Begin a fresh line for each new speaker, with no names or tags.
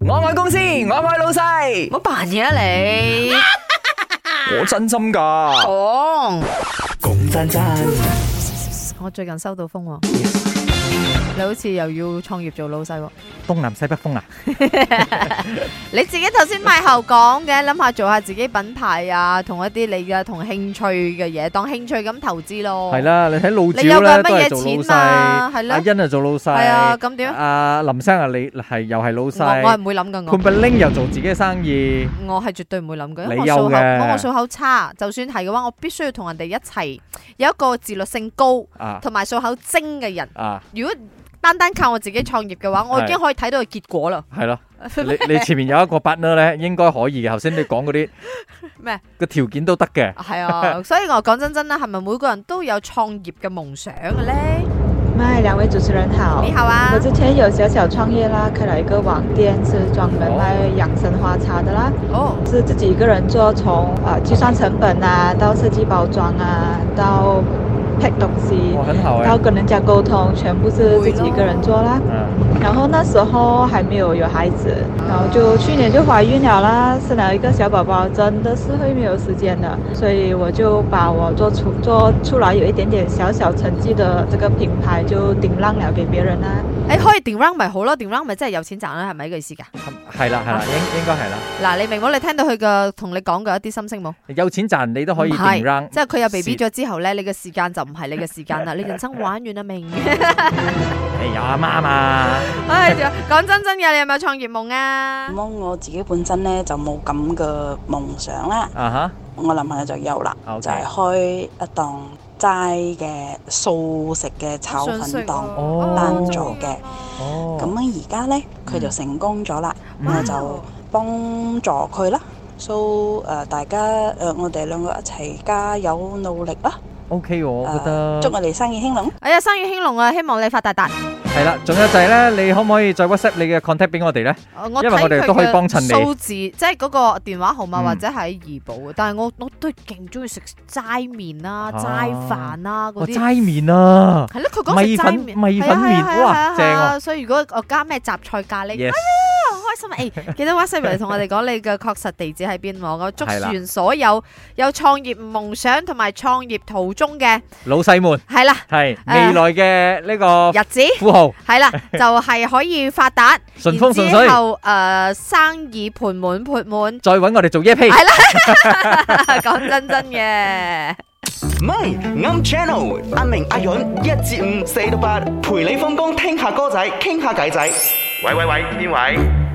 我愛公司，我愛老細
唔，好扮嘢啊你！
我真心
嗯
㗎。
講，
講真真，
我最近收到風喎，你好似又要創業做老細喎。
東南西北風啊！
你自己頭先咪後講嘅，諗下做下自己品牌啊，同一啲你嘅同興趣嘅嘢，當興趣咁投資咯。
係，啦，你睇老
你
趙
有個
咧
乜
都
嘢
係做老
錢啊係
細，
咯
阿欣啊做老細，
係啊咁點啊
阿林生啊你係又係老
我我係
細，
唔會諗噶，
潘
我
碧玲又做自己嘅生意，
我係絕對唔會諗嘅，因為
你
我
有
數口
嘅
我我數口差，就算係嘅話，我必須要同人哋一齊有一個自律性高
啊
同埋數口精嘅人。
啊
如果單單靠我自己創業嘅話，我已經可以睇到個結 果啦。
係咯，你你前面有一個 partner 咧，應該可以嘅。頭先你講嗰啲
咩
個條件都得嘅，
係啊，所以我講真真啦，係咪每個人都有創業嘅夢想嘅咧？
麦，两位主持人好。
你好啊
我，之前有小小创业啦，开了一个网店，是专门卖养生花茶的啦，
哦。
是自己一个人做，从呃计算成本啊，到设计包装啊，到 pack 东西
哇，，很好
到
誒，
跟人家沟通，全部是自己一个人做啦。
嗯
然后那时候还没有有孩子，然后就去年就怀孕了啦，生了一个小宝宝，真的是会没有时间的，所以我就把我做出做出来有一点点小小成绩的这个品牌就顶让了给别人啦。
诶、可以電 round 咪好咯，電 round 咪真係有錢賺啦，係咪呢個意思㗎？
係啦係啦，應應該係啦，
嗱，你明冇？你聽到佢嘅同你講嘅一啲心聲冇？
有錢賺你都可以
唔
掂
係
round，
即係佢有 B B 咗之後咧，你嘅時間就唔係你嘅時間啦，你人生玩完啦，明？
誒有阿媽嘛，
唉，講真真嘅，你有冇創業夢啊？
咁我自己本身咧就冇咁嘅夢想啦，
啊哈，
我男朋友就有啦
OK
就係開一檔齋嘅素食嘅炒粉檔，
哦
單做嘅。
哦，
咁啊而家咧佢就成功咗啦，
嗯
我就幫助佢啦。so 誒、大家誒、我哋兩個一齊加油努力啦！
OK 喎，我覺
誒
得
祝。我哋生意興隆。
哎呀，生意興隆啊！希望你發大達。
系啦，仲有就係咧，你可唔可以再 WhatsApp 你嘅 contact 俾我哋咧？
呃我
因為我哋都可以幫襯你
數字，即係嗰個電話號碼
嗯
或者係怡寶嘅。但係我我都勁中意食齋麵啦、
啊
齋飯啦嗰
我
啲。
齋面啊
係咯，佢講食
米
齋
粉
麵，
米粉
係啊係啊
麵
係啊
哇
係啊
正
係
啊
所以如果我加咩雜菜咖喱。
，yes，
好開心啊！ 誒、記得 WhatsApp 嚟同我哋講你嘅確實地址喺邊喎。我祝
係啦
願所有有創業夢想同埋創業途中嘅
老細們
係啦
係未來嘅呢個
日子，
富豪，
係 啦就係可以發達，
順風順水。
然之後誒、呃生意盤滿缽滿
再揾我哋做耶 p
係 講真真嘅。
咪啱 channel，阿明阿允一至五四到八，陪你放工聽下歌仔，傾下偈仔。喂喂喂，邊位？